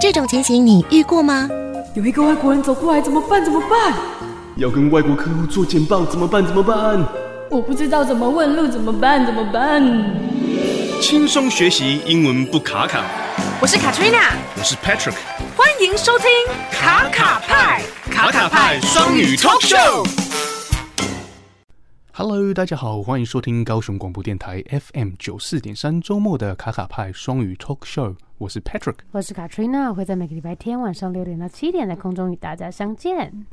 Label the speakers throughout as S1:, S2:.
S1: 这种情形你遇过吗？
S2: 有一个外国人走过来，怎么办？怎么办？
S3: 要跟外国客户做简报怎么办？怎么办？
S4: 我不知道怎么问路，怎么办？怎么办？
S5: 轻松学习英文不卡卡。
S6: 我是 Katrina，
S5: 我是 Patrick，
S6: 欢迎收听卡卡派
S5: 卡卡派双语 talk show。
S3: Hello，大家好，欢迎收听高雄广播电台 FM 九四点三周末的卡卡派双语 Talk Show，我是 Patrick。
S7: 我是 Katrina，会在每个礼拜天晚上六点到七点在空中与大家相见。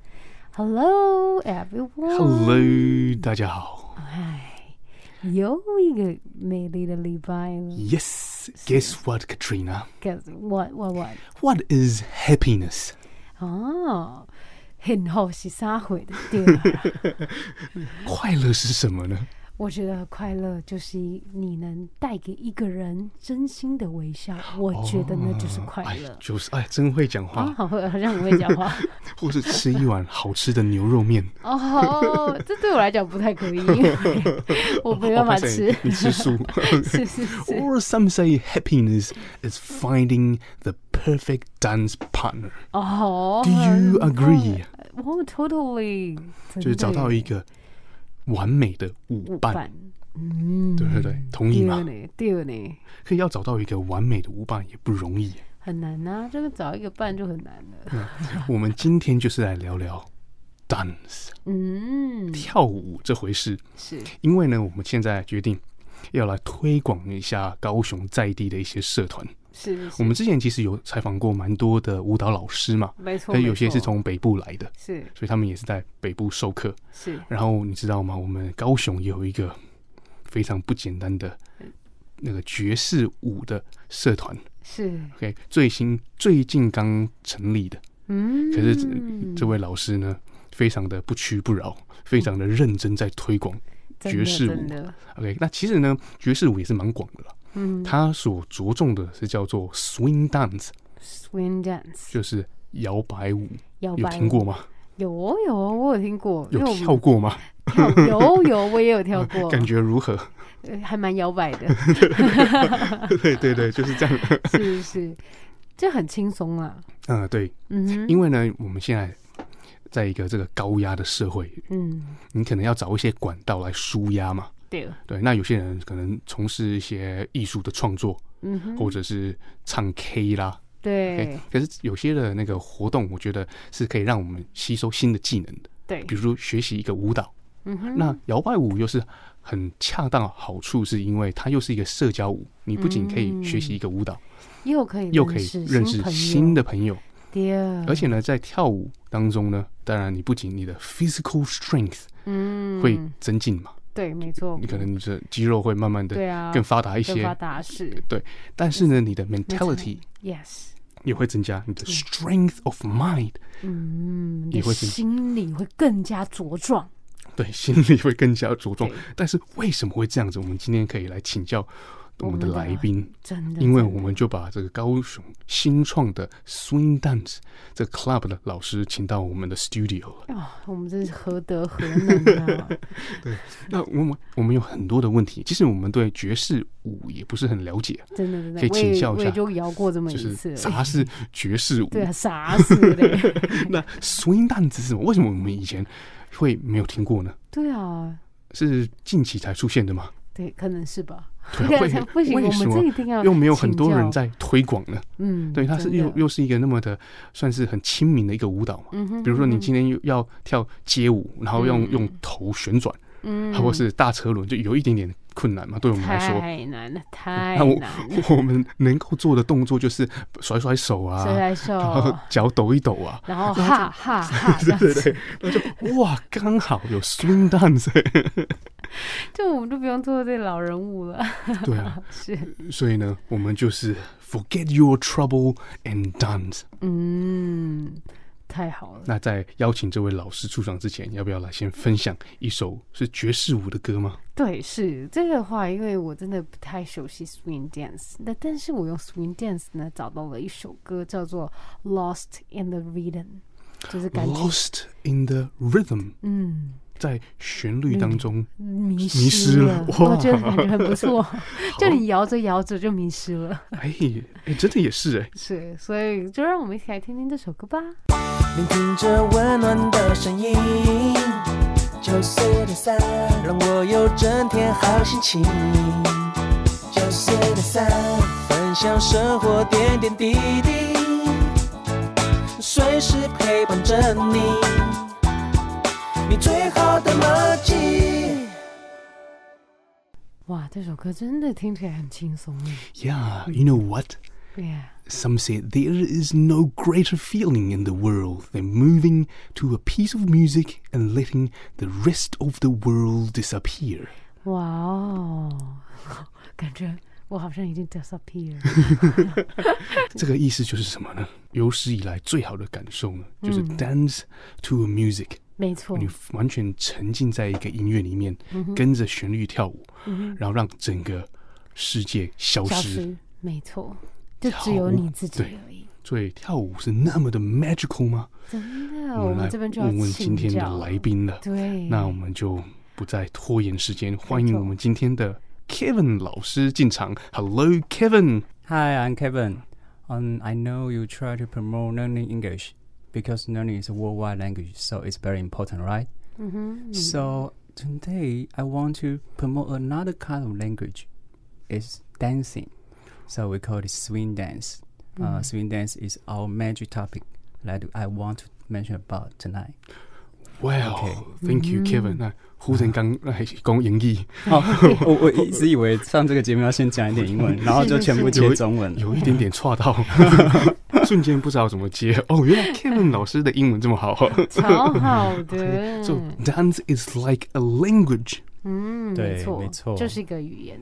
S7: Hello everyone。
S3: Hello，大家好。
S7: 哎，又一个美丽的礼拜了。
S3: Yes，guess what, Katrina?
S7: Guess what what what？
S3: What is happiness?
S7: 哦，很好是撒悔的对吧
S3: 快乐是什么呢？
S7: 我觉得快乐就是你能带给一个人真心的微笑，我觉得那就是快乐
S3: 哎。就是哎，真会讲
S7: 啊，
S3: 话，
S7: 好会，好像很会 讲话
S3: 或是吃一碗好吃的牛肉 面。
S7: 哦。这对我来讲不太可以， 因为我没办法
S3: 哇塞
S7: 吃。
S3: 你吃素。
S7: 是是是。
S3: Or some say happiness is finding the perfect dance partner.
S7: 哦
S3: Do you agree？
S7: 我 totally
S3: 就是找到一个完美的舞伴，
S7: 伴，嗯，
S3: 对对对，同意
S7: 对
S3: 吗？
S7: 呢，对呢，
S3: 可以要找到一个完美的舞伴也不容易。
S7: 很难呐、这个找一个伴就很难了。
S3: 我们今天就是来聊聊 dance
S7: 嗯，
S3: 跳舞这回事，
S7: 是
S3: 因为呢，我们现在决定要来推广一下高雄在地的一些社团。
S7: 是是
S3: 我，们之前其实有采访过蛮多的舞蹈老师嘛，
S7: 没错，
S3: 但有些
S7: 没错
S3: 是从北部来的，
S7: 是
S3: 所以他们也是在北部授课。
S7: 是
S3: 然后你知道吗？我们高雄也有一个非常不简单的那个爵士舞的社团
S7: 是，
S3: ，OK，最新最近刚成立的。
S7: 嗯，
S3: 可是这这位老师呢，非常的不屈不挠，非常的认真在推广。
S7: 真
S3: 爵
S7: 的
S3: 士舞
S7: 真的
S3: OK，那其实呢，爵士舞也是蛮广的了。
S7: 嗯
S3: 它所着重的是叫做 swing dance，
S7: ，swing dance
S3: 就是摇摆舞。
S7: 摇
S3: 有
S7: 摆
S3: 听过
S7: 舞？
S3: 吗？
S7: 有哦有哦，我有听过，
S3: 有哦
S7: 因为我
S3: 跳过吗？
S7: 跳 有有，我也有跳过，
S3: 感觉如何？
S7: 呃还蛮摇摆的，
S3: 对对对，就是这样。
S7: 是是，这很轻松啊。
S3: 嗯，对，
S7: 嗯哼，
S3: 因为呢，我们现在在一个这个高压的社会，
S7: 嗯，
S3: 你可能要找一些管道来舒压嘛。
S7: 对，
S3: 对，那有些人可能从事一些艺术的创作，
S7: 嗯哼，
S3: 或者是唱 K 啦。
S7: 对
S3: OK，可是有些的那个活动，我觉得是可以让我们吸收新的技能的，
S7: 对
S3: 比，如说学习一个舞蹈。
S7: 嗯哼，
S3: 那摇摆舞又是很恰当好处，是因为它又是一个社交舞，你不仅可以学习一个舞蹈，
S7: 又可以
S3: 又可以认识新
S7: 的，
S3: 的朋友，
S7: 对，
S3: 而且呢，在跳舞当中呢，当然你不仅你的 physical strength
S7: 嗯
S3: 会增进嘛，
S7: 对，没错，
S3: 你可能你的肌肉会慢慢的
S7: 对啊，
S3: 更发达一
S7: 更发
S3: 些，
S7: 达是
S3: 但是呢，你的
S7: 没错嗯
S3: mentality
S7: yes，
S3: 也会增加，你的 strength of mind
S7: 嗯，
S3: 也
S7: 你
S3: 会是
S7: 心理会更加茁壮，
S3: 对心理会更加茁壮
S7: 对。
S3: 但是为什么会这样子？我们今天可以来请教我们的
S7: 我们的
S3: 来宾。
S7: 真的，
S3: 因为
S7: 真的
S3: 我们就把这个高雄新创的 Swing Dance 这个 club 的老师请到我们的 studio 了。
S7: 哦，我们真是何德何能啊！
S3: 那我们我们有很多的问题，其实我们对爵士舞也不是很了解，
S7: 真的真的，
S3: 可以
S7: 我也
S3: 请教一
S7: 我
S3: 下
S7: 也就摇过这么
S3: 就
S7: 一次
S3: 是
S7: 而已，
S3: 啥是爵士舞？
S7: 对啊，傻死嘞，
S3: 那 Swing Dance 是什么？为什么我们以前会没有听过呢？
S7: 对啊，
S3: 是近期才出现的吗？
S7: 对，可能是吧，
S3: 对啊，
S7: 这 样不
S3: 为
S7: 行，
S3: 为
S7: 我
S3: 什
S7: 们这
S3: 么
S7: 一定要
S3: 又没有很多人
S7: 请教，
S3: 在推广呢？
S7: 嗯，
S3: 对，它是
S7: 真的
S3: 又又是一个那么的算是很亲民的一个舞蹈嘛。
S7: 嗯哼，
S3: 比如说你
S7: 嗯哼
S3: 今天又要跳街舞，然后用
S7: 嗯
S3: 用头旋转，
S7: 嗯，
S3: 啊或是大车轮，就有一点点困难嘛，对我们来说。
S7: 太难了，太
S3: 那我
S7: 难了，
S3: 我们能够做的动作就是甩甩手啊，
S7: 谁来
S3: 然后
S7: 受？
S3: 脚抖一抖 啊，
S7: 然后哈 哈哈，这样
S3: 对对
S7: 子，
S3: 对，那就哇，刚好有 swing dance，
S7: 就我们就不用做这老人物了。
S3: 对啊，
S7: 是，
S3: 所以呢，我们就是 forget your trouble and dance。
S7: 嗯，太好了。
S3: 那在邀请这位老师出场之前，要不要来先分享一首是爵士舞的歌吗？
S7: 对，是这个话，因为我真的不太熟悉 swing dance，那但是我用 swing dance 呢找到了一首歌，叫做《Lost in the Rhythm》，就是感觉，
S3: Lost in the rhythm，
S7: 嗯，
S3: 在旋律当中，
S7: 迷
S3: 迷失
S7: 了，
S3: 了哇
S7: 我觉得感觉很 不错。就你摇着摇着就迷失了，
S3: 哎哎，真的也是哎，
S7: 是，所以就让我们一起来听听这首歌吧。
S8: 聆听着温暖的声音，九四点三，让我有整天好心情。九四点三，分享生活点点滴滴，随时陪伴着你，你最好的默契。
S7: 哇，这首歌真的听起来很轻松啊耶。
S3: Yeah, you know what?
S7: y e
S3: Some say there is no greater feeling in the world than moving to a piece of music and letting the rest of the world disappear.
S7: 哇哦，感觉我好像已经 disappear 了。
S3: 这个意思就是什么呢？有史以来最好的感受呢，就是 dance to a music，、
S7: 没错
S3: 你，完全沉浸在一个音乐里面，跟着旋律跳舞，然后让整个世界消
S7: 消
S3: 失。
S7: 失，没错，就
S3: 跳
S7: 只有你
S3: 舞
S7: 自己
S3: 对
S7: 而已。
S3: 所以跳舞是那么的 magical 吗？
S7: 真的，我
S3: 们来
S7: 们这边就要
S3: 问问今天
S7: 请
S3: 的
S7: 教
S3: 来。宾了。
S7: 对，
S3: 那我们就不再拖延时间，欢
S7: 没
S3: 迎
S7: 错
S3: 我们今天的 Kevin 老师进场。Hello Kevin，
S9: Hi, I'm Kevin. Um, I know you try to promote learning English because learning is a worldwide language, so it's very important, right? Mm-hmm. So today I want to promote another kind of language. It's dancing. So we call it swing dance. Uh, swing dance is our major topic that I want to mention about tonight.
S3: Well，thank
S7: Mm-hmm
S3: you Kevin。那呼成刚哎来讲英语，
S9: 哦，
S3: Oh,
S9: 我 我一直以为上这个节目要先讲一点英文，然后就全部
S3: 有
S9: 接
S3: 一
S9: 中文了。
S3: 有一点点岔到，瞬间不知道怎么接。哦，原来 Kevin 老师的英文这么 好。
S7: 超 好的
S3: So dance is like a language。
S7: 嗯，
S9: 对
S7: 没错，
S9: 没错
S7: 就是一个语言。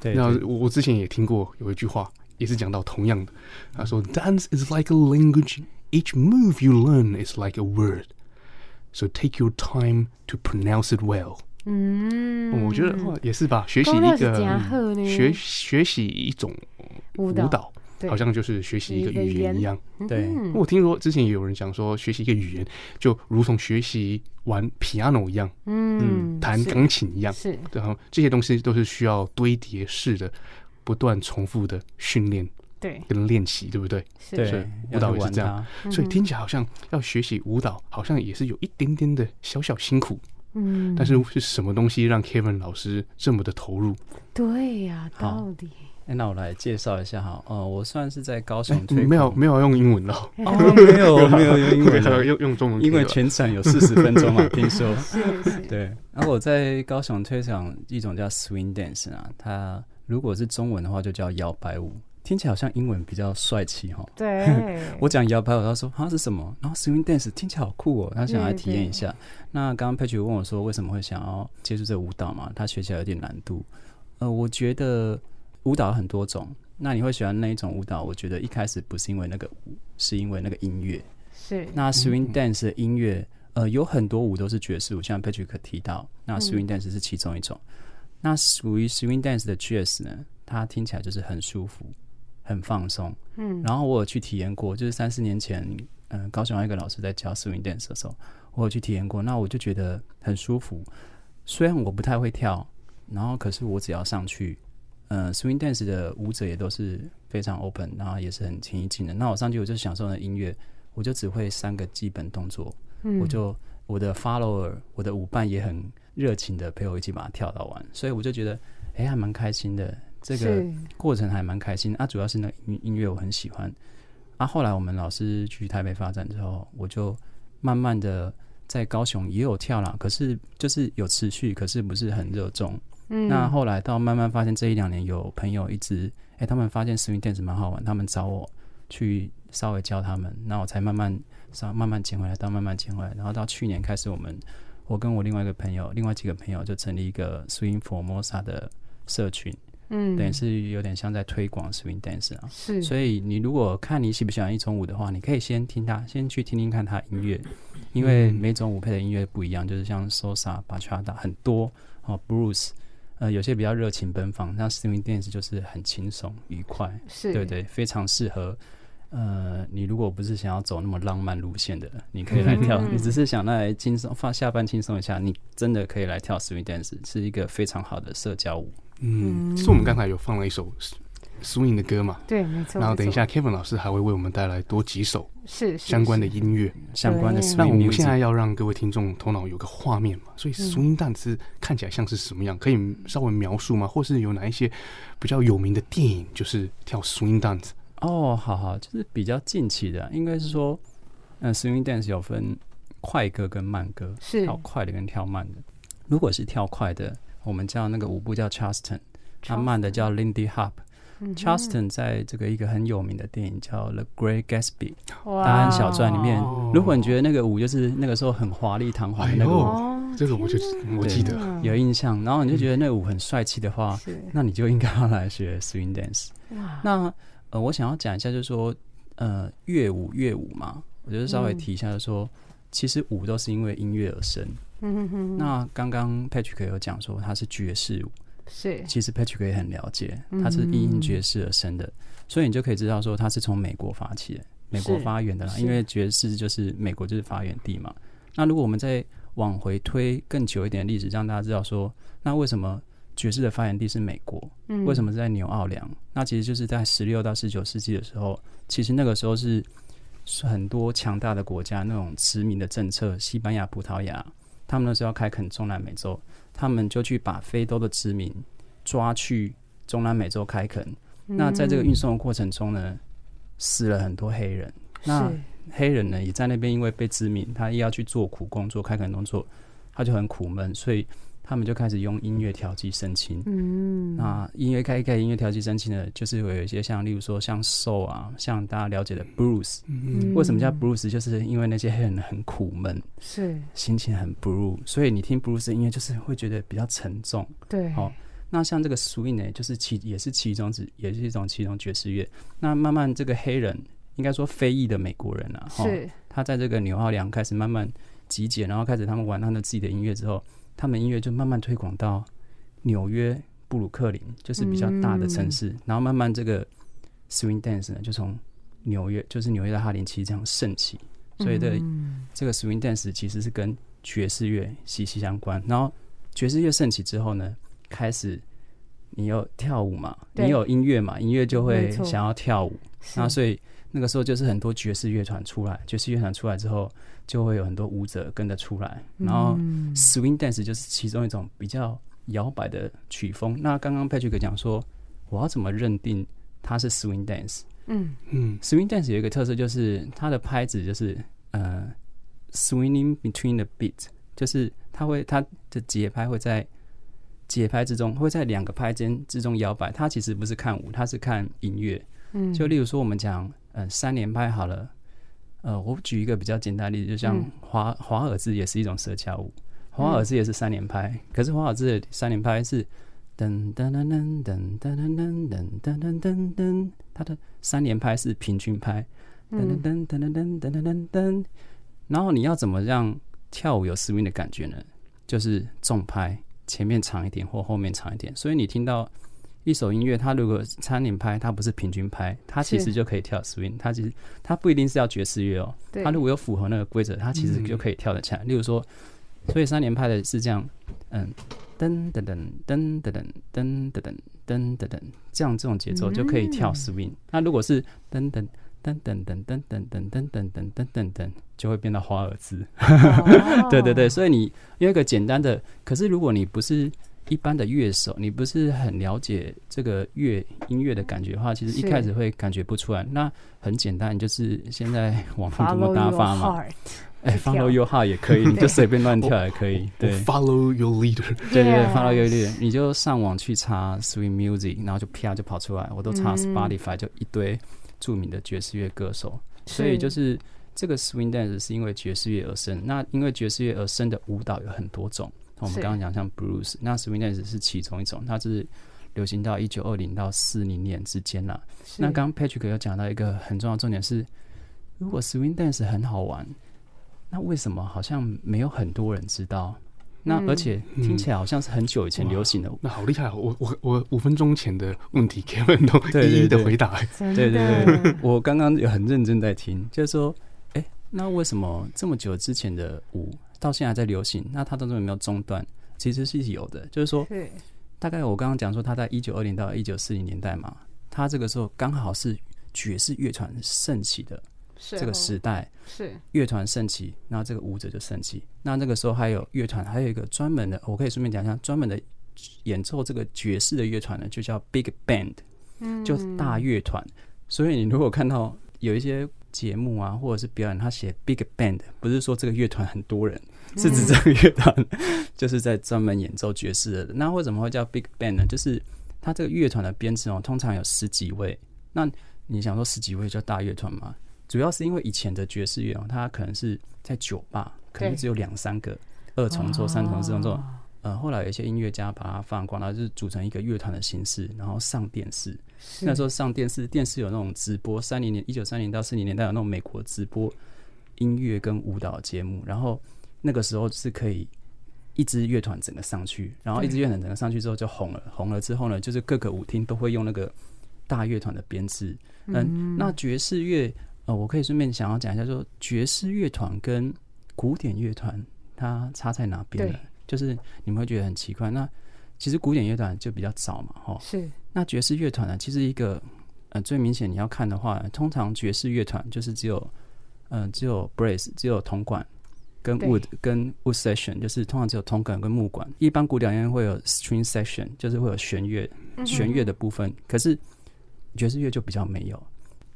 S9: 对，
S3: 那
S9: 对
S3: 我我之前也听过有一句话，也是讲到同样的，他说 Dance is like a language. Each move you learn is like a word. So take your time to pronounce it well.
S7: 嗯，
S3: 我觉得哇也是吧，学习
S7: 讲
S3: 一
S7: 了是
S3: 个嗯
S7: 真好呢
S3: 学学习一种
S7: 舞
S3: 舞
S7: 蹈
S3: 蹈，
S7: 对
S3: 好像就是学习一个
S7: 一个
S3: 语
S7: 语
S3: 言
S7: 言嗯
S3: 一样。
S9: 对
S3: 我听说之前也有人讲说，学习一个语言就如同学习玩 piano 一样，
S7: 嗯，
S3: 弹
S7: 是
S3: 钢琴一样。
S7: 是
S3: 然后这些东西都是需要堆叠式的、不断重复的训练
S7: 对
S3: 跟练习，对不对？
S7: 是
S9: 对
S3: 所以，
S9: 要
S3: 舞蹈
S9: 去
S3: 也是
S9: 玩
S3: 这样
S9: 它。
S3: 所以听起来好像要学习舞蹈，好像也是有一点点的小小辛苦。
S7: 嗯，
S3: 但是是什么东西让 Kevin 老师这么的投入？
S9: 嗯
S7: 对呀，
S9: 好
S7: 到底
S9: 哎，那我来介绍一下哈，呃，我算是在高
S3: 哎
S9: 雄推广、
S3: 没有没有用英文了，
S9: 哦，没有没有用 英文
S3: 有
S9: 的，
S3: 用用中文可以
S9: 因为
S3: 了
S9: 全程有四十分 钟嘛，听说。
S7: 是是
S9: 对，然后我在高雄推广一种叫 swing dance 啊，它如果是中文的话就叫摇摆舞，听起来好像英文比较帅气哈。，
S7: 对
S9: 我讲摇摆舞，他说啊是什么？然后 swing dance 听起来好酷哦，他想来体验一下。那刚刚佩奇问我说为什么会想要接触这个舞蹈嘛？他学起来有点难度。呃，我觉得舞蹈有很多种，那你会喜欢那一种舞蹈？我觉得一开始不是因为那个舞，是因为那个音乐。
S7: 是
S9: 那 swing dance 的音乐，呃，有很多舞都是爵士舞，像 Patrick 提到，那 swing dance 是其中一种。那属于 swing dance 的 jazz 呢，它听起来就是很舒服，很放松。嗯，然后我有去体验过，就是三四年前，嗯、高雄有一个老师在教 swing dance 的时候，我有去体验过，那我就觉得很舒服。虽然我不太会跳，然后可是我只要上去，呃，swing dance 的舞者也都是非常 open，然后也是很轻易进的。那我上去我就享受那音乐，我就只会三个基本动作，
S7: 嗯
S9: 我就我的 follower，我的舞伴也很热情的陪我一起把它跳到完，所以我就觉得，哎、还蛮开心的，这个
S7: 是
S9: 过程还蛮开心啊。主要是那个音音乐我很喜欢啊。后来我们老师去台北发展之后，我就慢慢的在高雄也有跳啦，可是就是有持续，可是不是很热衷。嗯，那后来到慢慢发现这一两年有朋友一直，哎、他们发现 swing dance 蛮好玩，他们找我去稍微教他们，那我才慢慢稍慢慢捡回来，到慢慢捡回来，然后到去年开始我们。我跟我另外一个朋友，另外几个朋友就成立一个 Swing Formosa 的社群，
S7: 嗯
S9: 等于是有点像在推广 swing dance 啊。
S7: 是
S9: 所以你如果看你喜不喜欢一种舞的话，你可以先听它，先去听听看它音乐，
S7: 嗯
S9: 因为每种舞配的音乐不一样，就是像 salsa、bachata 很多哦，blues，呃，有些比较热情奔放，那 swing dance 就是很轻松愉快，
S7: 是
S9: 对不对？非常适合呃，你如果不是想要走那么浪漫路线的，你可以来跳；
S7: 嗯
S9: 你只是想来轻松放下班轻松一下，你真的可以来跳 swing dance，是一个非常好的社交舞。
S3: 嗯，其实我们刚才有放了一首 swing 的歌嘛，
S7: 对，没错。
S3: 然后等一
S7: 没错
S3: 下 Kevin 老师还会为我们带来多几首
S7: 是是
S3: 相关的
S7: 是
S3: 音乐。
S9: 相关的
S7: 对
S3: 那
S9: swing
S3: 我们现在
S9: music，
S3: 要让各位听众头脑有个画面嘛，
S9: 嗯
S3: 所以 swing dance 看起来像是什么样？可以稍微描述吗？或是有哪一些比较有名的电影就是跳 swing dance？
S9: 哦，好好，就是比较近期的啊，应该是说，嗯、s w i n g dance 有分快歌跟慢歌，
S7: 是
S9: 跳快的跟跳慢的。如果是跳快的，我们叫那个舞步叫 Charleston，那慢的叫 Lindy Hop。Charleston 在这个一个很有名的电影叫《The Great Gatsby》《大安小传》里面，
S3: 哦
S9: 如果你觉得那个舞就是那个时候很华丽堂皇的那个舞，
S3: 哦，这个我就我记得，
S9: 有印象，然后你就觉得那个舞很帅气的话，
S7: 是
S9: 那你就应该要来学 swing dance。那呃，我想要讲一下，就是说，呃，乐舞乐舞嘛，我就是稍微
S7: 嗯
S9: 提一下，就是说，其实舞都是因为音乐而生。
S7: 嗯
S9: 那刚刚 Patrick 有讲说他是爵士舞，
S7: 是
S9: 其实 Patrick 也很了解，
S7: 嗯
S9: 他是因爵士而生的，所以你就可以知道说他是从美国发起的，美国
S7: 是
S9: 发源的啦，因为爵士就是美国就是发源地嘛。那如果我们再往回推更久一点的历史，让大家知道说，那为什么爵士的发源地是美国？
S7: 嗯
S9: 为什么是在纽奥良？那其实就是在十六到十九世纪的时候，其实那个时候是很多强大的国家那种殖民的政策，西班牙、葡萄牙，他们那时候要开垦中南美洲，他们就去把非洲的殖民抓去中南美洲开垦。
S7: 嗯
S9: 那在这个运送的过程中呢，死了很多黑人。那黑人呢，也在那边因为被殖民，他也要去做苦工作、开垦工作，他就很苦闷，所以他们就开始用音乐调剂身心。嗯，那音乐开开音乐调剂身心呢，就是会有一些像，例如说像 soul 啊，像大家了解的 blues。嗯，为什么叫 blues？就是因为那些黑人很苦闷，
S7: 是，
S9: 心情很 blue，所以你听 blues 的音乐就是会觉得比较沉重。
S7: 对，
S9: 哦，那像这个 swing 呢，就是其也是其中之也是一种其中爵士乐。那慢慢这个黑人，应该说非裔的美国人啊，哈、
S7: 是
S9: 他在这个纽奥良开始慢慢集结，然后开始他们玩他们自己的音乐之后，他们音乐就慢慢推广到纽约、布鲁克林，就是比较大的城
S7: 嗯
S9: 市，然后慢慢这个 swing dance 呢，就从纽约，就是纽约到哈林奇这样盛起。所以这
S7: 嗯
S9: 个这个 swing dance 其实是跟爵士乐息息相关。然后爵士乐盛起之后呢，开始你有跳舞嘛，
S7: 对
S9: 你有音乐嘛，音乐就会
S7: 没错
S9: 想要跳舞。
S7: 是
S9: 那所以那个时候就是很多爵士乐团出来，爵士乐团出来之后，就会有很多舞者跟着出来。
S7: 嗯
S9: 然后 swing dance 就是其中一种比较摇摆的曲风。那刚刚 Patrick 讲说，我要怎么认定它是 swing dance？
S3: 嗯
S9: swing dance 有一个特色就是它的拍子就是呃 swinging between the beat，就是它会它的节拍会在节拍之中会在两个拍间之中摇摆。它其实不是看舞，它是看音乐。嗯，就 例如说我们讲呃三连拍好了，呃，我举一个比较简单的例子，就像华华尔兹也是一种社交舞，华尔兹也是三连拍，可是华尔兹的三连拍是。噔噔噔噔噔噔噔噔噔噔噔噔，它的三连拍是平均拍，噔噔噔噔噔噔噔噔噔。然后你要怎么让跳舞有 swing 的感觉呢？就是重拍，前面长一点或后面长一点。所以你听到一首音乐，它如果三连拍，它不是平均拍，它其实就可以跳 swing。它其实它不一定是要爵士乐哦，
S7: 对
S9: 它如果有符合那个规则，它其实就可以跳得起来。例如说，所以三连拍的是这样，嗯，噔噔噔噔噔噔噔噔噔噔噔噔，这样这种节奏就可以跳 swing。那如果是噔噔噔噔噔噔噔噔噔噔噔噔噔噔，就会变到华尔兹。
S7: 哦
S9: 对对对，所以你有一个简单的，可是如果你不是一般的乐手，你不是很了解这个乐音乐的感觉的话，其实一
S7: 是
S9: 开始会感觉不出来。那很简单，你就是现在网络怎
S7: follow
S9: 么打
S7: your
S9: 法嘛，
S7: heart，
S9: 哎
S7: 跳
S9: ，follow your heart 也 可以，你就随便乱跳也可以，
S3: 我
S9: 对。
S3: ，Follow your leader，
S9: 对对对
S7: Yeah
S9: ，follow your leader，你就上网去查 swing music，然后就啪就跑出来，我都
S7: 嗯
S9: 查 Spotify 就一堆著名的爵士乐歌手，所以就是这个 swing dance 是因为爵士乐而生。那因为爵士乐而生的舞蹈有很多种，哦我们
S7: 是
S9: 刚刚讲像 blues，那 swing dance 是其中一种，它是流行到一九二零到四零年之间啦。那刚刚 Patrick 有讲到一个很重要的重点是，如果 swing dance 很好玩，那为什么好像没有很多人知道？那而且听起来好像是很久以前流行的，
S3: 那好厉害哦！我我我五分钟前的问题，Kevin 都
S9: 对对
S3: 一一的
S9: 对
S3: 回答。
S7: 真的，
S9: 对对
S7: 嗯
S9: 对，我刚刚有很认真在听，就是说，哎、那为什么这么久之前的舞到现在还在流行？那它当中有没有中断？其实是有的，就是说，
S7: 对
S9: 大概我刚刚讲说，它在一九二零到一九四零年代嘛，它这个时候刚好是爵士乐团盛起的
S7: 是哦
S9: 这个时代，
S7: 是
S9: 乐团盛起，那这个舞者就盛起。那那个时候还有乐团，还有一个专门的，我可以顺便讲一下，专门的演奏这个爵士的乐团呢，就叫 Big Band，就是大乐团。所以你如果看到有一些节目啊，或者是表演，他写 Big Band，不是说这个乐团很多人，是指这个乐团 就是在专门演奏爵士的。那为什么会叫 Big Band 呢？就是他这个乐团的编制哦，通常有十几位。那你想说十几位叫大乐团吗？主要是因为以前的爵士乐哦，它可能是在酒吧，可能
S7: 对
S9: 只有两三个，二重奏、三重奏、四重奏。呃，后来有一些音乐家把它放光了，就是组成一个乐团的形式，然后上电视。那时候上电视，电视有那种直播，三零年一九三零到四零年代有那种美国直播音乐跟舞蹈节目，然后那个时候是可以一支乐团整个上去，然后一支乐团整个上去之后就红了，红了之后呢，就是各个舞厅都会用那个大乐团的编制。嗯，那爵士乐，呃，我可以顺便想要讲一下说爵士乐团跟古典乐团它差在哪边呢
S7: 对？
S9: 就是你们会觉得很奇怪。那其实古典乐团就比较早嘛，哈，
S7: 是
S9: 那爵士乐团呢，其实一个呃最明显你要看的话，通常爵士乐团就是只有嗯、呃、只有 brass 只有铜管跟
S7: 对
S9: wood 跟 wood section，就是通常只有铜管跟木管。一般古典乐会有 string section，就是会有弦乐
S7: 嗯
S9: 弦乐的部分，可是爵士乐就比较没有。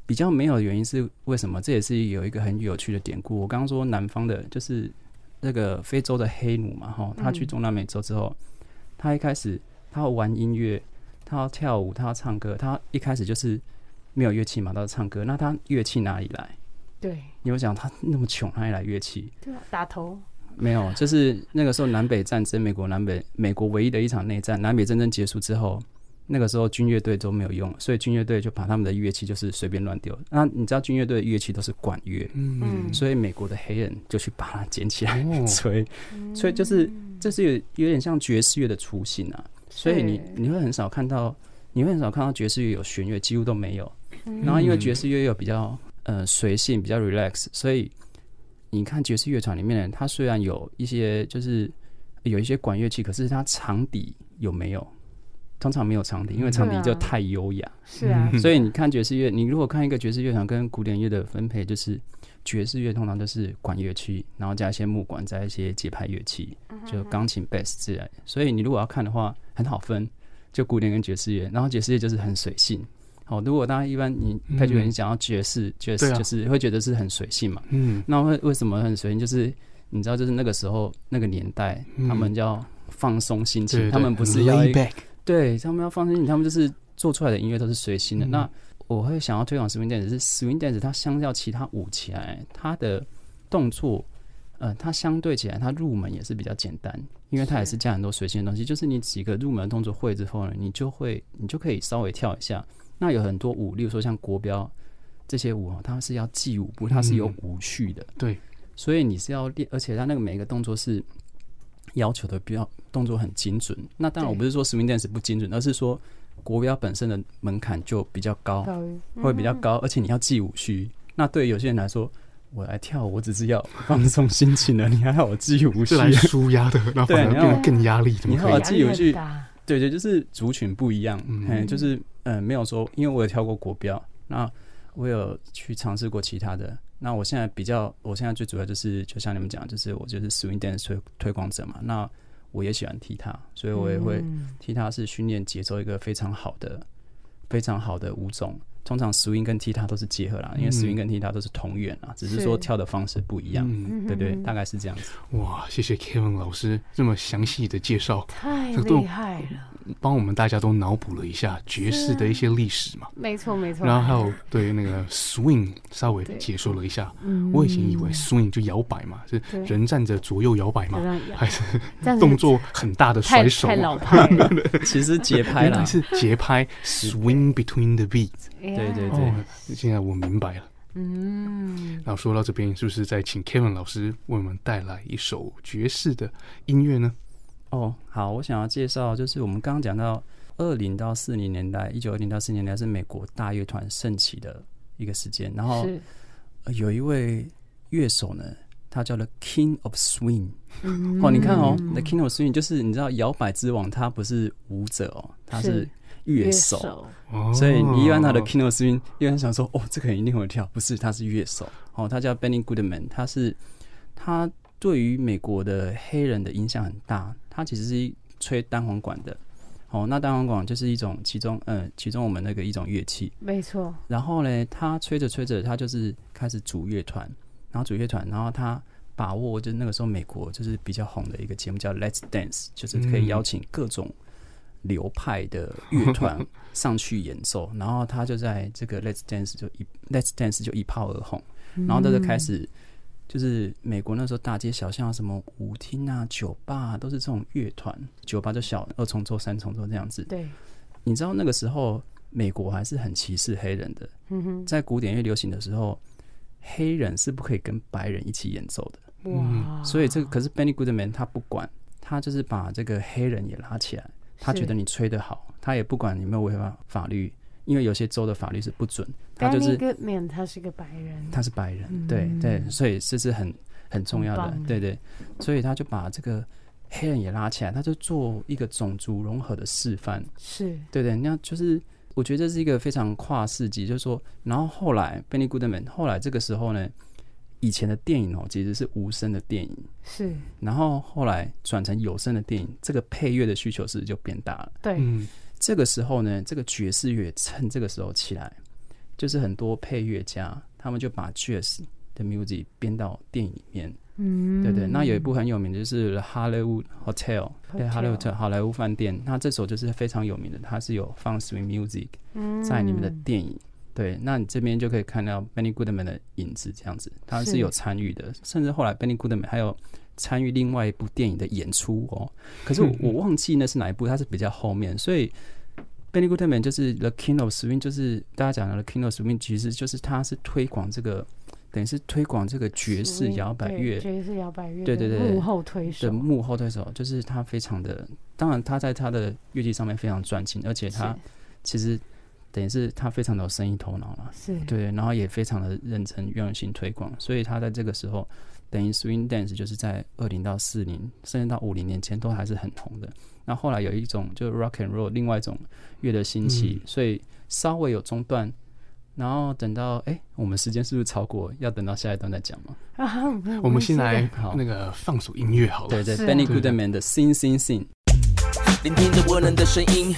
S9: 比较没有的原因是为什么？这也是有一个很有趣的典故。我刚刚说南方的，就是那个非洲的黑奴嘛，哈，他去中南美洲之后，他一开始他要玩音乐，他要跳舞，他要唱歌，他一开始就是没有乐器嘛，他要唱歌。那他乐器哪里来？
S7: 对
S9: 你会想他那么穷，哪里来乐器？
S7: 对啊，打头
S9: 没有，就是那个时候南北战争，美国南北美国唯一的一场内战，南北战争结束之后，那个时候军乐队都没有用，所以军乐队就把他们的乐器就是随便乱丢。那你知道军乐队的乐器都是管乐，
S3: 嗯，
S9: 所以美国的黑人就去把它捡起来
S3: 哦
S9: 吹，所以就是这是有有点像爵士乐的雏形啊。所以你你会很少看到，你会很少看到爵士乐有弦乐，几乎都没有。
S7: 嗯
S9: 然后因为爵士乐又比较呃随性，比较 relax，所以你看爵士乐团里面的人，他虽然有一些就是有一些管乐器，可是他长笛有没有？通常没有长笛，因为长笛
S7: 对啊
S9: 就太优雅。
S7: 是啊，
S3: 嗯
S9: 嗯所以你看爵士乐，你如果看一个爵士乐团跟古典乐的分配，就是爵士乐通常都是管乐器，然后加一些木管，加一些节拍乐器，就钢琴、贝斯之类的。所以你如果要看的话，很好分，就古典跟爵士乐。然后爵士乐就是很随性。好，如果大家一般你配角你讲到爵士，爵士
S3: 对啊
S9: 就是会觉得是很随性嘛。
S3: 嗯，
S9: 那为为什么很随性？就是你知道，就是那个时候那个年代，
S3: 嗯
S9: 他们要放松心情，
S3: 对对
S9: 他们
S3: 对
S9: 不
S3: 很
S9: 是要
S3: lay
S9: 一个
S3: back，
S9: 对他们要放心，他们就是做出来的音乐都是随心的。
S3: 嗯
S9: 那我会想要推广 swing dance 是 swing dance，它相较其他舞起来，它的动作，呃，它相对起来，它入门也是比较简单，因为它也是加很多随性的东西。就是你几个入门动作会之后呢，你就会你就可以稍微跳一下。那有很多舞，例如说像国标这些舞哦，它是要记舞步，它是有
S3: 嗯
S9: 舞序的。
S3: 对，
S9: 所以你是要练，而且他那个每一个动作是要求的比较动作很精准。那当然，我不是说 swing dance 不精准，而是说国标本身的门槛就比较高，
S7: 高于
S9: 会比较高，而且你要记舞须。那对于有些人来说，我来跳舞，我只是要 放松心情的，你还要我记舞须
S3: 是，来舒压的，然后反而
S9: 对
S3: 变得更压力，怎
S9: 你
S3: 么
S9: 还
S7: 嗯
S3: 可
S9: 要
S3: 以？
S9: 记舞须。
S7: 大，
S9: 对对，就是族群不一样，嗯，就是嗯、呃没有说，因为我有跳过国标，那我有去尝试过其他的。那我现在比较，我现在最主要就是，就像你们讲，就是我就是 swing dance 推推广者嘛。那我也喜欢踢踏，所以我也会
S7: 嗯
S9: 踢踏是训练节奏一个非常好的、非常好的舞种。通常 swing 跟踢踏都是结合啦，
S3: 嗯
S9: 因为 swing 跟踢踏都是同源啊，只是说跳的方式不一样，
S3: 嗯
S9: 对对，大概是这样子。
S3: 哇，谢谢 Kevin 老师这么详细的介绍，
S7: 太
S3: 这都
S7: 厉害了，
S3: 帮我们大家都脑补了一下爵士的一些历史嘛。
S7: 没错没错，
S3: 然后还有对那 个 swing 稍微解说了一下，我以前以为 swing 就摇摆嘛，是
S7: 嗯对
S3: 人站着左右摇摆嘛
S7: 这，样摇
S3: 还是
S7: 这样子
S3: 动作很大的
S7: 太
S3: 甩手
S7: 太
S3: 嘛
S7: 老？派了，
S9: 其实节拍
S3: 原
S9: 啦
S3: 来，是节拍 swing between the beat。
S7: 对
S9: 对对对，
S3: 哦，现在我明白了。
S7: 嗯，
S3: 然那说到这边，是不是再请 Kevin 老师为我们带来一首爵士的音乐呢？
S9: 哦，好，我想要介绍就是我们刚刚讲到二零到四零年代，一九二零到四年代是美国大乐团盛起的一个时间，然后
S7: 是
S9: 呃有一位乐手呢，他叫做 King of Swing。哦，你
S7: 嗯
S9: 看哦，The King of Swing 就是你知道摇摆之王，他不是舞者哦，他是
S7: 是
S9: 乐
S7: 乐
S9: 手。
S7: 手，
S3: 哦
S9: 所以你一般他的 King of Swing，一般想说哦，这个人一定会跳，不是，他是乐手哦，他叫 Benny Goodman，他是他对于美国的黑人的影响很大，他其实是一吹单簧管的。哦，那单簧管就是一种其中，呃，其中我们那个一种乐器。
S7: 没错，
S9: 然后呢，他吹着吹着，他就是开始组乐团，然后组乐团，然后他把握就是那个时候美国就是比较红的一个节目叫《Let's Dance》，就是可以邀请各种流派的乐团 上去演奏，然后他就在这个《Let's Dance》就一《Let's Dance》就一炮而红，然后他就开始。就是美国那时候大街小巷啊什么舞厅啊、酒吧、啊、都是这种乐团，酒吧就小二重奏、三重奏这样子。
S7: 对，
S9: 你知道那个时候美国还是很歧视黑人的，
S7: 嗯
S9: 在古典乐流行的时候，黑人是不可以跟白人一起演奏的。
S7: 哇，
S9: 所以这个可是 Benny Goodman 他不管，他就是把这个黑人也拉起来，他觉得你吹得好，他也不管你有没有违反法律，因为有些州的法律是不准，他就是
S7: Benny Goodman 他是个白人，
S9: 他是白人，对对，所以这是很很重要的
S7: 很，棒
S9: 对对，所以他就把这个黑人也拉起来，他就做一个种族融合的示范，
S7: 是
S9: 对对，那就是我觉得这是一个非常跨世纪，就是说，然后后来 Benny Goodman 后来这个时候呢，以前的电影哦其实是无声的电影，
S7: 是，
S9: 然后后来转成有声的电影，这个配乐的需求是就变大了。
S7: 对，
S3: 嗯，
S9: 这个时候呢，这个爵士乐趁这个时候起来，就是很多配乐家他们就把 jazz 的 music 编到电影里面。嗯，对对，那有一部很有名，就是《好莱坞 Hotel》，对，《好莱坞好莱坞饭店》。那这首就是非常有名的，它是有放 swing music 在里面的电影。对，那你这边就可以看到 Benny Goodman 的影子，这样子，他是
S7: 是
S9: 有参与的，甚至后来 Benny Goodman 还有参与另外一部电影的演出哦。可是我我忘记那是哪一部，它是比较后面，所以 Benny Goodman 就是 The King of Swing，就是大家讲的 The King of Swing，其实就是他是推广这个，等于是推广这个爵士摇摆
S7: 对
S9: 乐
S7: 爵士摇摆乐，
S9: 对对对对
S7: 幕后推手
S9: 的，幕后推手，就是他非常的，当然他在他的乐器上面非常专精，而且他其实等于是他非常的有生意头脑啦，
S7: 是，
S9: 对，然后也非常的认真用心推广，所以他在这个时候，等于 swing dance 就是在二零到四零，甚至到五零年前都还是很红的。那后来有一种就是 rock and roll，另外一种乐的兴起，
S7: 嗯
S9: 所以稍微有中断。然后等到哎，我们时间是不是超过？要等到下一段再讲嘛？
S7: 啊，
S3: 我们先来
S9: 好
S3: 那个放首音乐好了。
S9: 对对
S7: 是啊
S9: ，Benny Goodman 的 Sing Sing Sing。
S8: 聆听着温暖的声音，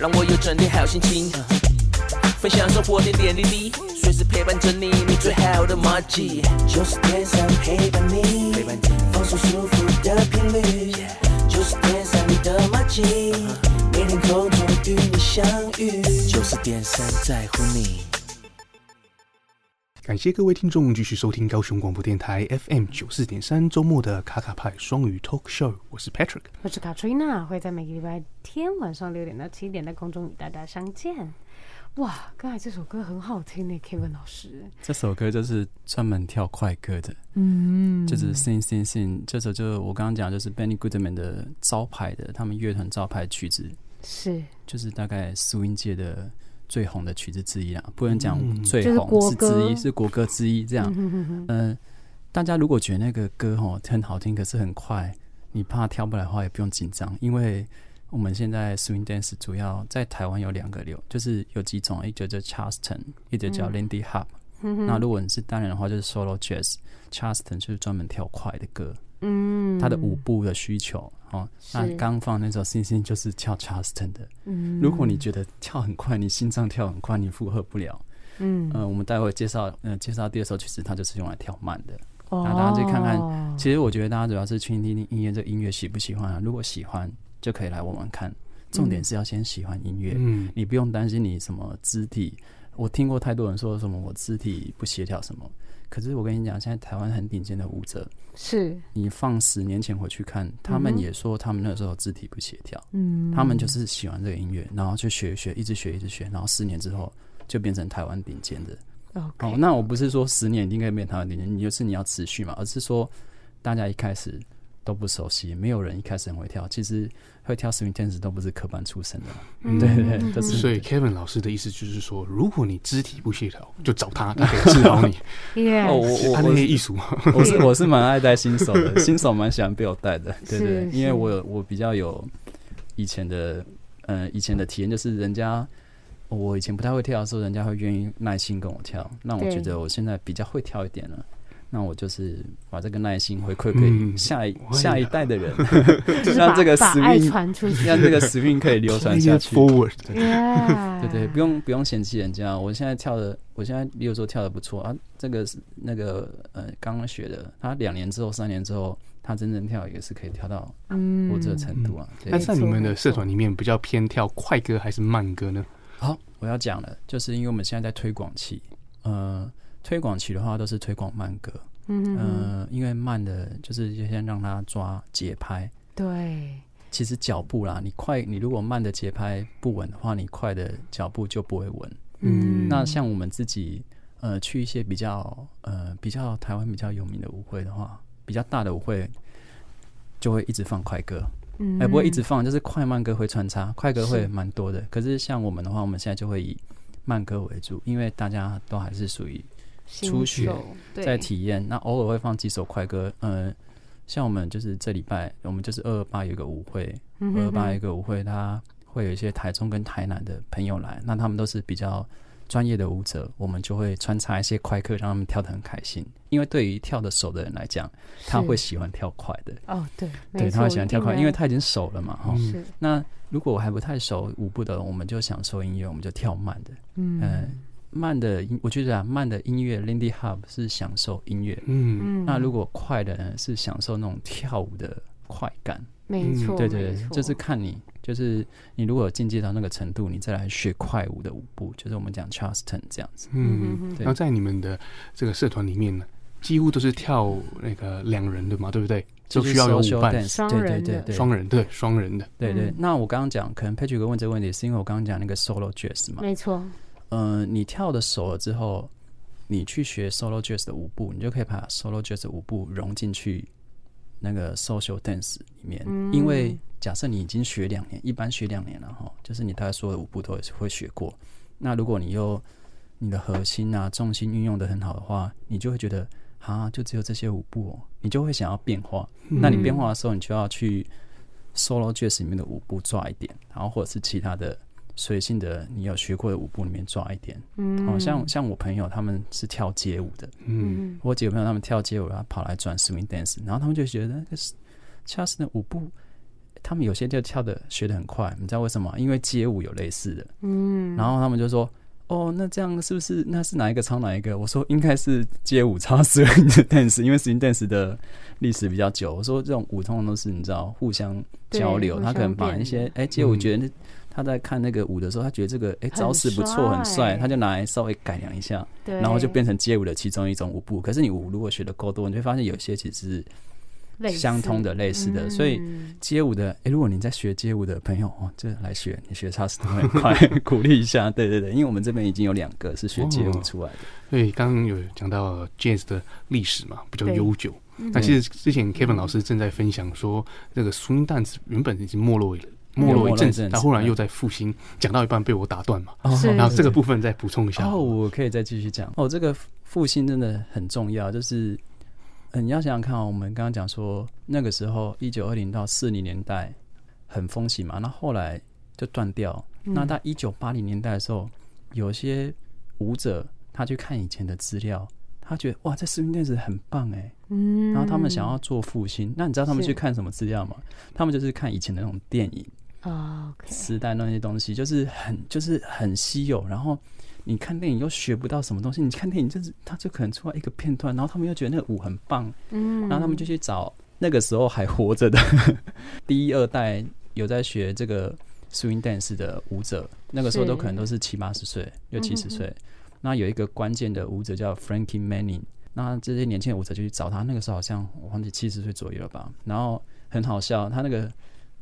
S8: 让我有整天好心情。分享生活点点滴滴，随时陪伴着你，你最好的默契。就是天上陪伴你，陪伴你放松舒服的频率，就是天上你的默契。每天空中与你相遇，就是点上在乎你。
S3: 感谢各位听众继续收听高雄广播电台 FM 九四点三周末的卡卡派双语 Talk Show，我是 Patrick。
S7: 我是卡崔啊娜，会在每个礼拜天晚上六点到七点在空中与大家相见。哇，刚才这首歌很好听呢，Kevin 老师。
S9: 这首歌就是专门跳快歌的，嗯，就是 Sing Sing Sing，这首就是我刚刚讲，就是 Benny Goodman 的招牌的，他们乐团招牌曲子，
S7: 是，
S9: 就是大概苏音界的最红的曲子之一啦，不能讲
S3: 嗯
S9: 最
S7: 就是
S9: 红
S7: 国
S9: 是
S7: 歌嗯
S9: 之一，是国歌之一这样。呃，大家如果觉得那个歌吼很好听，可是很快，你怕跳不来的话，也不用紧张，因为我们现在 swing dance 主要在台湾有两个流，就是有几种，一个叫 Charleston，一个叫 Lindy Hop。那如果你是单人的话，就是 solo jazz。Charleston 就是专门跳快的歌，
S7: 嗯，
S9: 他的舞步的需求哦。那刚放那首《星星》就是跳 Charleston 的。如果你觉得跳很快，你心脏跳很快，你负荷不了。嗯，呃，我们待会介绍，呃，介绍第二首曲子，它就是用来跳慢的。
S7: 哦
S9: 那大家去看看，其实我觉得大家主要是去听听音乐，这个音乐喜不喜欢啊？如果喜欢，就可以来玩玩看。重点是要先喜欢音乐，
S3: 嗯
S9: 你不用担心你什么肢体。我听过太多人说什么我肢体不协调什么，可是我跟你讲，现在台湾很顶尖的舞者，
S7: 是
S9: 你放十年前回去看，他们也说他们那时候肢体不协调，嗯，他们就是喜欢这个音乐，然后去学一学，一直学一直学，然后十年之后就变成台湾顶尖的
S7: OK，
S9: 哦，那我不是说十年一定可以变台湾顶尖，你就是你要持续嘛，而是说大家一开始都不熟悉，没有人一开始很会跳，其实会跳 swing dance 都不是科班出身的嘛，对对对，就是
S3: 所以 Kevin 老师的意思就是说，如果你肢体不协调，就找他， 他可以治疗你。
S9: 哦，
S7: Yeah，
S9: 我
S3: 他那
S9: 我我
S3: 些
S9: 是
S3: 艺术嘛，
S9: 我是我是蛮爱带新手的，新手蛮喜欢被我带的，对对
S7: 是
S9: 对，因为
S7: 是
S9: 我有我比较有以前的呃以前的体验，就是人家我以前不太会跳的时候，人家会愿意耐心跟我跳，那我
S7: 对
S9: 觉得我现在比较会跳一点了。那我就是把这个耐心回馈
S3: 嗯
S9: 给下一、
S3: 哇
S9: 下一代的人，
S7: 就是
S9: 让
S7: 把
S9: 这个
S7: 把爱
S9: swing
S7: 传出 去。
S9: 让这个 swing 可以流 传下去。
S3: Forward，
S7: Yeah，
S9: 对对，不用不用嫌弃人家。我现在跳的，我现在例如说跳的不错啊，这个是那个呃刚刚学的，他两年之后、三年之后，他真正跳也是可以跳到
S7: 嗯，
S9: 我这个程度啊。
S3: 那
S9: 对，
S3: 在你们的社团里面，比较偏跳快歌还是慢歌呢？
S9: 好，我要讲了，就是因为我们现在在推广期，呃，推广期的话都是推广慢歌，
S7: 嗯嗯，
S9: 呃，因为慢的就是就先让他抓节拍。
S7: 对，
S9: 其实脚步啦，你快，你如果慢的节拍不稳的话，你快的脚步就不会稳。
S7: 嗯，
S9: 那像我们自己呃去一些比较呃比较台湾比较有名的舞会的话，比较大的舞会就会一直放快歌，
S7: 嗯
S9: 哎、不会一直放，就是快慢歌会穿插，快歌会蛮多的。可是像我们的话，我们现在就会以慢歌为主，因为大家都还是属于
S7: 新
S9: 初学
S7: 手
S9: 在
S7: 对
S9: 体验，那偶尔会放几首快歌，呃。像我们就是这礼拜，我们就是二二八有一个舞会，
S7: 嗯
S9: 二二八有一个舞会，它会有一些台中跟台南的朋友来，那他们都是比较专业的舞者，我们就会穿插一些快歌，让他们跳得很开心。因为对于跳的手的人来讲，他
S7: 是
S9: 会喜欢跳快的，
S7: 哦，对，
S9: 对，
S7: 没
S9: 他会
S7: 错
S9: 喜欢跳快，因为他已经熟了嘛，哈、
S7: 一定的是
S9: 那如果我还不太熟舞步的，我们就享受音乐，我们就跳慢的，嗯、慢的音，我觉得啊，慢的音乐 Lindy Hub 是享受音乐，
S3: 嗯，
S9: 那如果快的呢，是享受那种跳舞的快感。
S7: 没错，
S9: 对对
S7: 没
S9: 对，
S7: 错
S9: 就是看你，就是你如果有进阶到那个程度，你再来学快舞的舞步，就是我们讲 Charleston 这样子。
S3: 嗯，
S9: 对
S3: 然后在你们的这个社团里面呢，几乎都是跳那个两人的嘛，对不对？
S9: 就
S3: 就是需要有
S9: social
S3: 舞伴，
S9: dance，
S7: 双
S9: 对对
S7: 人
S9: 对
S7: 的
S9: 对，
S3: 双人嗯对双人的，
S9: 对对。那我刚刚讲，可能佩奇哥问这个问题，是因为我刚刚讲那个 solo jazz 嘛？
S7: 没错，
S9: 嗯、你跳的熟了之后，你去学 solo jazz 的舞步，你就可以把 solo jazz 的舞步融进去那个 social dance 里面。因为假设你已经学两年，一般学两年了哈，就是你大概所有的舞步都会学过。那如果你又你的核心啊重心运用的很好的话，你就会觉得啊，就只有这些舞步、哦，你就会想要变化。那你变化的时候，你就要去 solo jazz 里面的舞步抓一点，然后或者是其他的随性的你有学过的舞步里面抓一点。嗯，哦，像像我朋友他们是跳街舞的，嗯，我几个朋友他们跳街舞，然后跑来转 swing dance，然后他们就觉得那个 Charles 的舞步。他们有些就跳的学的很快，你知道为什么吗？因为街舞有类似的，嗯，然后他们就说，哦，那这样是不是那是哪一个抄哪一个？我说应该是街舞抄 swing dance，因为 swing dance 的历史比较久。我说这种舞通常都是你知道互相交流，
S7: 对
S9: 他可能把
S7: 互相
S9: 一些哎街舞觉得他在看那个舞的时候，他觉得这个哎招式不错，
S7: 很
S9: 很
S7: 帅
S9: 帅，他就拿来稍微改良一下，
S7: 对，
S9: 然后就变成街舞的其中一种舞步。可是你舞如果学的够多，你就会发现有些其实
S7: 类
S9: 是相
S7: 似
S9: 通的、类似的，所以。
S7: 嗯
S9: 街舞的，诶，如果你在学街舞的朋友，哦，这来学，你学莎士顿很快， 鼓励一下，对对对，因为我们这边已经有两个是学街
S7: 哦
S9: 舞出来的，
S3: 所以刚刚有讲到 jazz 的历史嘛，比较
S7: 对
S3: 悠久。那其实之前 Kevin 老师正在分享说，这个 swing dance 原本已经没落了。没落一阵
S9: 没落一阵
S3: 子，
S9: 子
S3: 他忽然又在复兴，讲到一半被我打断嘛。
S9: 哦
S7: 是
S3: 然后这个部分再补充一下。
S9: 哦，我可以再继续讲哦，这个复兴真的很重要，就是，嗯，你要想想看、哦，我们刚刚讲说那个时候一九二零到四零年代很风行嘛，那后来就断掉，那到一九八零年代的时候，有些舞者他去看以前的资料，他觉得哇，这视频电子很棒哎，嗯，然后他们想要做复兴，那你知道他们
S7: 是
S9: 去看什么资料吗？他们就是看以前的那种电影。
S7: 哦，OK，
S9: 时代那些东西，就是很就是很稀有。然后你看电影又学不到什么东西，你看电影就是它就可能出来一个片段，然后他们又觉得那个舞很棒，嗯，然后他们就去找那个时候还活着的 第一二代有在学这个 swing dance 的舞者，那个时候
S7: 是
S9: 都可能都是七八十岁、六七十岁。那有一个关键的舞者叫 Frankie Manning，那这些年轻的舞者就去找他，那个时候好像我忘记七十岁左右了吧，然后很好笑，他那个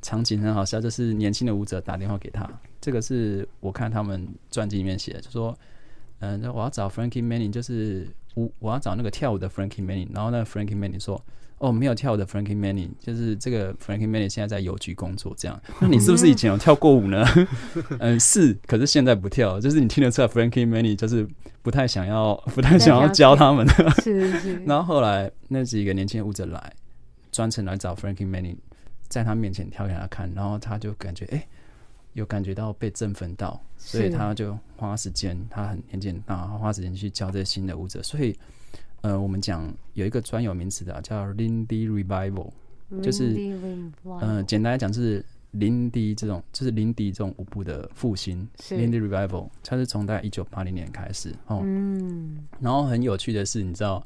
S9: 场景很好笑，就是年轻的舞者打电话给他，这个是我看他们传记里面写的，就说嗯、那我要找 Frankie Manning，就是我我要找那个跳舞的 Frankie Manning，然后那个 Frankie Manning 说，哦，没有跳舞的 Frankie Manning，就是这个 Frankie Manning 现在在邮局工作，这样。那你是不是以前有跳过舞呢？ 嗯，是，可是现在不跳，就是你听得出来 Frankie Manning 就是不太想要，不太想要教他们。
S7: 是 是，
S9: 然后后来那几个年轻的舞者来，专程来找 Frankie Manning，在他面前跳给他看，然后他就感觉哎、诶有感觉到被振奋到，所以
S7: 是
S9: 他就花时间，他很年纪很大，他花时间去教这些新的舞者。所以，呃，我们讲有一个专有名词的啊、叫 Lindy Revival，就是嗯、
S7: 嗯，
S9: 简单来讲是林迪这种，就是林迪这种舞步的复兴
S7: 是
S9: 林迪 revival，它是从大概一九八零年开始哦。
S7: 嗯，
S9: 然后很有趣的是，你知道，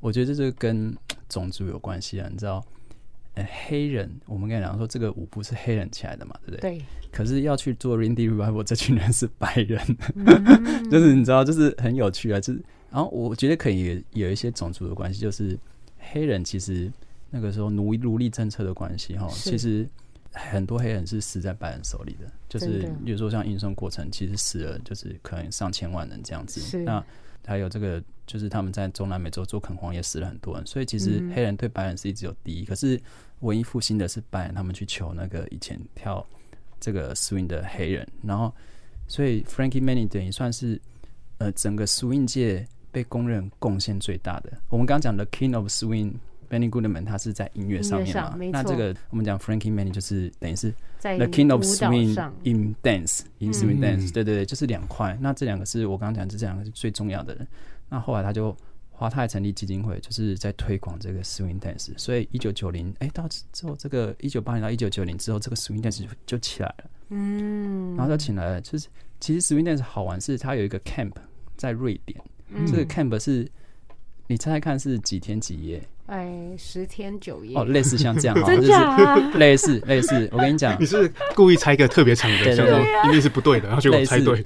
S9: 我觉得这就跟种族有关系啊。你知道，呃，黑人，我们刚才讲说这个舞步是黑人起来的嘛，对不对？
S7: 对，
S9: 可是要去做 Randy Revival 这群人是白人，
S7: 嗯
S9: 就是你知道， 就是很有趣啊。就是，然后我觉得可以有一些种族的关系，就是黑人其实那个时候奴奴隶政策的关系哈，
S7: 是
S9: 其实很多黑人是死在白人手里的，就是
S7: 真的
S9: 比如说像运送过程，其实死了就是可能上千万人这样子。
S7: 是
S9: 那还有这个，就是他们在中南美洲做垦荒也死了很多人，所以其实
S7: 嗯哼
S9: 黑人对白人是一直有敌意。可是文艺复兴的是白人，他们去求那个以前跳这个 swing 的黑人，然后所以 Frankie Manning 等于算是呃整个 swing 界被公认贡献最大的。我们刚刚讲的 King of Swing。Benny Goodman 他是在音乐上面
S7: 音乐
S9: 嘛
S7: 上？没
S9: 那这
S7: 错
S9: 个我们讲 Frankie Manning 就是等于是
S7: 在
S9: The King of
S7: 舞蹈
S9: Swing
S7: 上
S9: in Dance in Swing
S3: 嗯
S9: Dance，对对对，就是两块。那这两个是我刚刚讲，这两个是最重要的人。那后来他就华泰成立基金会，就是在推广这个 Swing Dance。所以一九九零，哎，到之后这个一九八零到一九九零之后，这个 Swing Dance 就就起来了。
S7: 嗯，
S9: 然后就请来了，就是其实 Swing Dance 好玩是它有一个 camp 在瑞典，
S7: 嗯
S9: 这个 camp 是你猜猜看是几天几夜？
S7: 哎，十天九夜
S9: 哦，，类似像 这样，
S7: 真
S9: 就是
S7: 假啊？
S9: 类似类似，我跟你讲
S3: 你，是故意猜一个特别长的，
S9: 对对
S3: 想
S9: 对
S3: 说一定是不对的，然后结果
S9: 类
S3: 猜
S9: 似
S3: 对，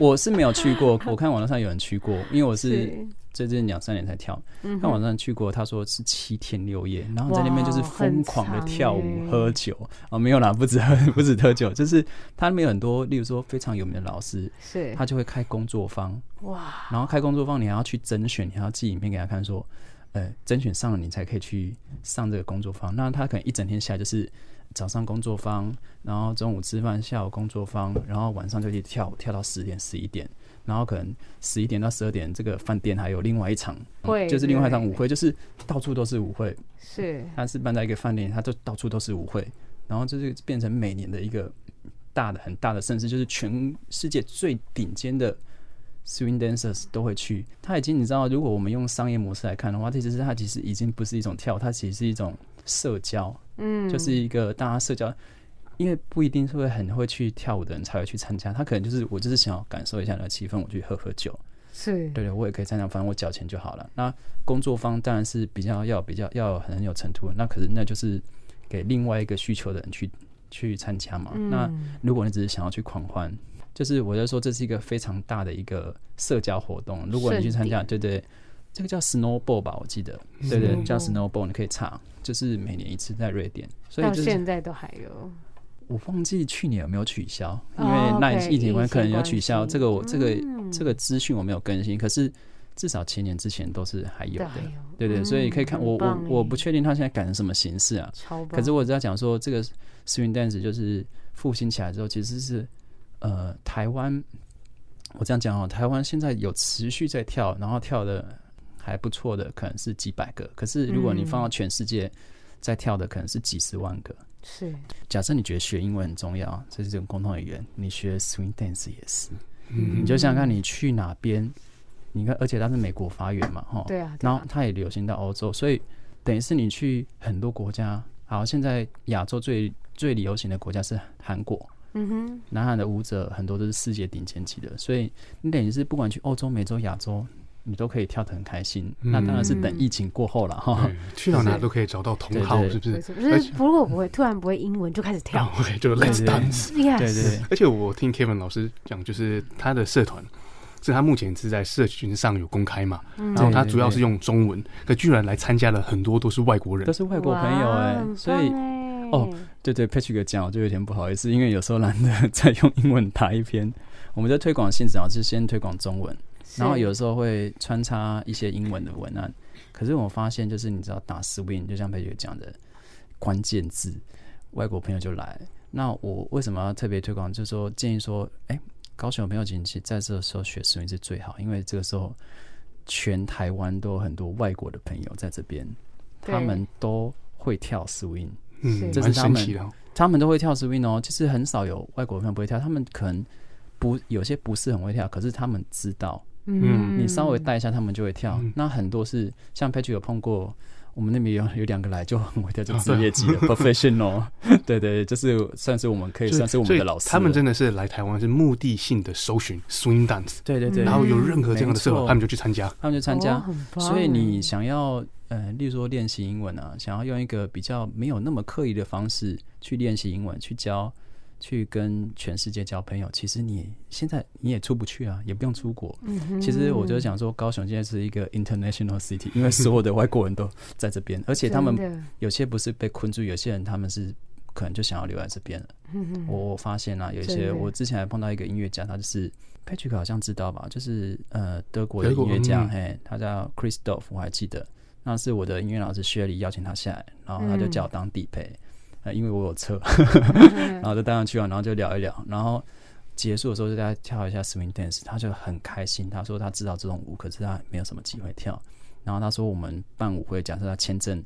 S9: 我是没有 去过，我看网络上有人去过，因为我是
S7: 是
S9: 最近两三年才跳，
S7: 嗯哼
S9: 看网上去过，他说是七天六夜，然后在那边就是
S7: 哇
S9: 疯狂的
S7: 很长
S9: 跳舞、
S7: 欸
S9: 喝酒啊、没有啦，不止喝，不止喝酒，就是他那边有很多，例如说非常有名的老师，
S7: 是
S9: 他就会开工作坊，
S7: 哇，
S9: 然后开工作坊，你还要去甄选，你还要寄影片给他看，说，呃，甄选上了你才可以去上这个工作坊。那他可能一整天下来就是早上工作坊，然后中午吃饭，下午工作坊，然后晚上就去跳舞，跳到十点十一点，然后可能十一点到十二点，这个饭店还有另外一场，
S7: 会
S9: 就是另外一场
S7: 对
S9: 舞会，就是到处都是舞会。
S7: 是
S9: 他是办在一个饭店，他就到处都是舞会，然后这就是变成每年的一个大的很大的盛事，就是全世界最顶尖的 swing dancers 都会去。他已经你知道，如果我们用商业模式来看的话，这其实它其实已经不是一种跳，它其实是一种社交，
S7: 嗯，
S9: 就是一个大家社交。因为不一定是会很会去跳舞的人才会去参加，他可能就是我就是想要感受一下那个气氛，我去喝喝酒，
S7: 是
S9: 对对，我也可以参加，反正我缴钱就好了。那工作方当然是比较要比较要很有程度的，那可是那就是给另外一个需求的人去去参加嘛。那如果你只是想要去狂欢，就是我就说这是一个非常大的一个社交活动。如果你去参加，对对，这个叫 snowball 吧，我记得，对对，叫 snowball，你可以查，就是每年一次在瑞典，所以
S7: 到
S9: 就是
S7: 现在都还有，
S9: 我忘记去年有没有取消，因
S7: 哦
S9: 为那
S7: OK，
S9: 疫情关
S7: 疫情
S9: 可能有取消。
S7: 关系
S9: 这个我这个
S7: 嗯
S9: 这个资讯我没有更新，可是至少前年之前都是还有的
S7: 都还有，
S9: 对对，
S7: 嗯
S9: 所以可以看
S7: 很
S9: 我我
S7: 棒
S9: 我
S7: 欸
S9: 不确定他现在改成什么形式啊。
S7: 超棒。
S9: 可是我只要讲说，这个 swing dance 就是复兴起来之后，其实是呃台湾，我这样讲哦，台湾现在有持续在跳，然后跳的还不错的，可能是几百个。可是如果你
S7: 嗯
S9: 放到全世界在跳的，可能是几十万个。
S7: 是
S9: 假设你觉得学英文很重要，啊这是一种共同语言，你学 swing dance 也是。你就想想看，你去哪边，你看，而且它是美国发源嘛，哈，
S7: 对啊对啊
S9: 然后它也流行到欧洲，所以等于是你去很多国家。好，现在亚洲最最流行的国家是韩国，
S7: 嗯哼，
S9: 南韩的舞者很多都是世界顶尖级的，所以你等于是不管去欧洲、美洲、亚洲，你都可以跳得很开心。那当然是等疫情过后了，
S7: 嗯
S9: 哈、
S3: 对嗯去到哪都可以找到同好，
S9: 对对
S3: 是不
S7: 不
S3: 是
S7: 是？
S3: 而
S7: 不
S3: 且
S7: 是，不过不会突然不会英文就开始跳
S3: 啊，OK，就是 Let's
S9: 哦对对
S3: Dance。
S7: ，yes，
S9: 对对
S3: 而且我听 Kevin 老师讲，就是他的社团是他目前是在社群上有公开嘛，
S9: 嗯
S3: 然后他主要是用中文，可居然来参加了很多都是外国
S9: 对，
S3: 人
S9: 都，是外国朋友
S7: 哇
S9: 哎、
S7: 很
S9: 所以
S7: 棒欸
S9: 哦对对，Patrick 讲，我就有点不好意思， 因为有时候懒得再用英文打一篇，我们在推广性质啊，是先推广中文，然后有时候会穿插一些英文的文案。可是我发现，就是你知道打 swing，就像佩姐讲的关键字，外国朋友就来。那我为什么要特别推广？就是说建议说，哎、高雄的朋友其实在这个时候学 swing 是最好，因为这个时候全台湾都有很多外国的朋友在这边，
S7: 对
S9: 他们都会跳 swing。
S3: 嗯，
S7: 是
S9: 这
S3: 蛮
S9: 是他
S3: 神
S9: 们
S3: 奇的哦。
S9: 他们都会跳 swing 哦，就是很少有外国朋友不会跳，他们可能不有些不是很会跳，可是他们知道，
S3: 嗯
S9: 你稍微带一下他们就会跳。那很多是像 Patrick 有碰过，我们那边有有两个来就很会跳，就职业 级的 professional，对对对，就是算是我们可以
S3: 所以
S9: 算是我们的老师
S3: 所
S9: 了，
S3: 以他们真的是来台湾是目的性的搜寻 swing dance，
S9: 对对对，
S3: 然后有任何这样的社
S9: 嗯没
S3: 团，
S9: 错
S3: 他们就去参加。
S9: 他们就参加。
S7: 哦很棒欸
S9: 所以你想要呃，例如说练习英文啊，想要用一个比较没有那么刻意的方式去练习英文，去交，去跟全世界交朋友，其实你现在你也出不去啊，也不用出国。
S7: 嗯
S9: 其实我就想说，高雄现在是一个 international city，因为所有的外国人都在这边，而且他
S7: 真的
S9: 们有些不是被困住，有些人他们是。可能就想要留在这边了。我我发现啊，有一
S7: 嗯真
S9: 些
S7: 的
S9: 我之前还碰到一个音乐家，他就是 Patrick 好像知道吧，就是呃德国的
S3: 德国
S9: 音乐家，
S3: 嗯
S9: 嘿，他叫 Christoph，我还记得，那是我的音乐老师 Shirley 邀请他下来，然后他就叫我当地陪，呃，因为我有车，
S7: 嗯
S9: 然后就带上去啊，然后就聊一聊，然后结束的时候就大家跳一下 swing dance，他就很开心，他说他知道这种舞，可是他没有什么机会跳，然后他说我们办舞会，假设他签证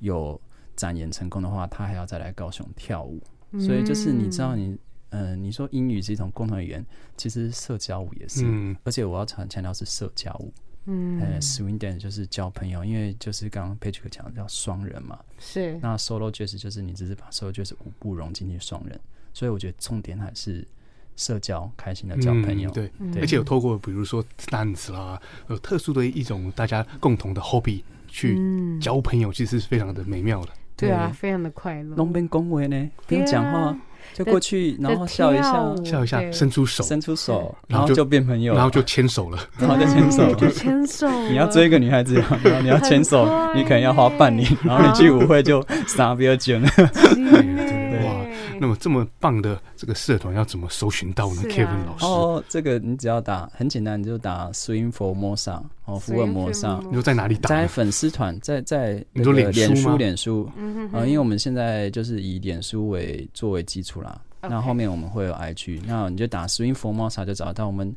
S9: 有展演成功的话，他还要再来高雄跳舞，所以就是你知道你。呃，你说英语是一种共同语言，其实社交舞也是，
S3: 嗯
S9: 而且我要强强调是社交舞，嗯， 呃，swing dance 就是交朋友，因为就是刚刚 Patrick 讲的叫双人嘛，
S7: 是
S9: 那 solo jazz 就是你只是把 solo jazz 舞步融进去双人，所以我觉得重点还是社交，开心的交朋友，
S3: 嗯对，
S9: 对
S3: 而且有透过比如说 dance 啦，有特殊的一种大家共同的 hobby 去
S9: 嗯
S7: 嗯
S3: 交朋友，其实是非常的美妙的。
S7: 对啊，非常的快乐。
S9: 龙边恭维呢，不用
S7: 对啊
S9: 讲话，就过去然后笑一下，
S7: 在跳舞
S3: 笑一下，
S7: 对
S3: 伸出手，
S9: 伸出手，
S3: 然
S9: 然
S3: 后
S9: 后
S3: 就
S9: 就变朋友，
S3: 然后就牵手了。
S9: 然后就牵手，，
S7: 就牵手啊
S9: 你要追一个女孩子，然后你要牵手
S7: 很，快
S9: 你可能要花半 年，然后你去舞会就傻逼卷了。
S7: 对
S3: 哇，那么这么棒的这个社团要怎么搜寻到呢
S7: 是啊
S3: ？Kevin 老师，
S9: 哦，这个你只要打很简单，你就打 Swim for Mosa 哦，福尔摩沙。
S3: 你说在哪里打
S9: 在
S3: 呢？
S9: 粉丝团，在在
S3: 你
S9: 那
S3: 说
S9: 个
S3: 脸
S9: 脸
S3: 书吗
S9: 书脸书，呃，因为我们现在就是以脸书为作为基础啦。那后面我们会有 IG，那你就打 Swing for Mosa 就找得到我们。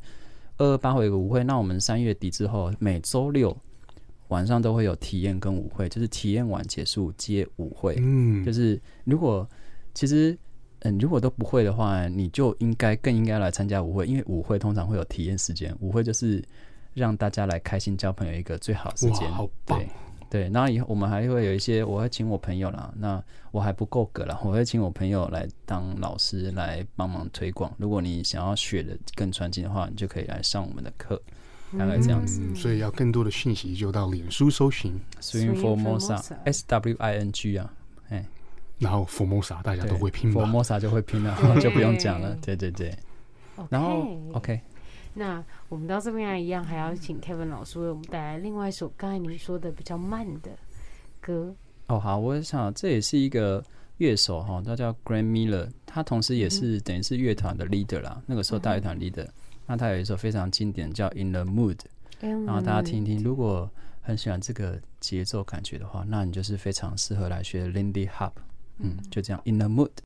S9: 二二八会有个舞会，那我们三月底之后每周六晚上都会有体验跟舞会，就是体验完结束接舞会。
S3: 嗯
S9: 就，是如果其实嗯，如果都不会的话，你就应该更应该来参加舞会，因为舞会通常会有体验时间，舞会就是让大家来开心交朋友一个最好的时间。
S3: 哇好棒
S9: 对对，然后以后我们还会有一些，我会请我朋友啦，那我还不够格啦，我会请我朋友来当老师来帮忙推广。如果你想要学的更专精的话，你就可以来上我们的课，大概这样子。
S3: 所以要更多的讯息就到脸书搜寻，
S9: Swing for Mosa，S W I N G 啊，哎，
S3: 然后 Formosa 大家
S9: 对
S3: 都会拼吧。
S9: ，Formosa 就会拼了， 就不用讲了。对对对，然后哦 OK，
S7: 那我们到这边来一样，还要请 Kevin 老师为我们带来另外一首刚才您说的比较慢的歌。
S9: 哦好，我想这也是一个乐手哈，他叫 Graham Miller，他同时也是等于是乐团的 leader 啦，那个时候大乐团 leader。那他有一首非常经典叫《In the Mood》，然
S7: 嗯
S9: 后大家听一听。如果很喜欢这个节奏感觉的话，那你就是非常适合来学 Lindy Hop。嗯，就这样，《In the Mood》。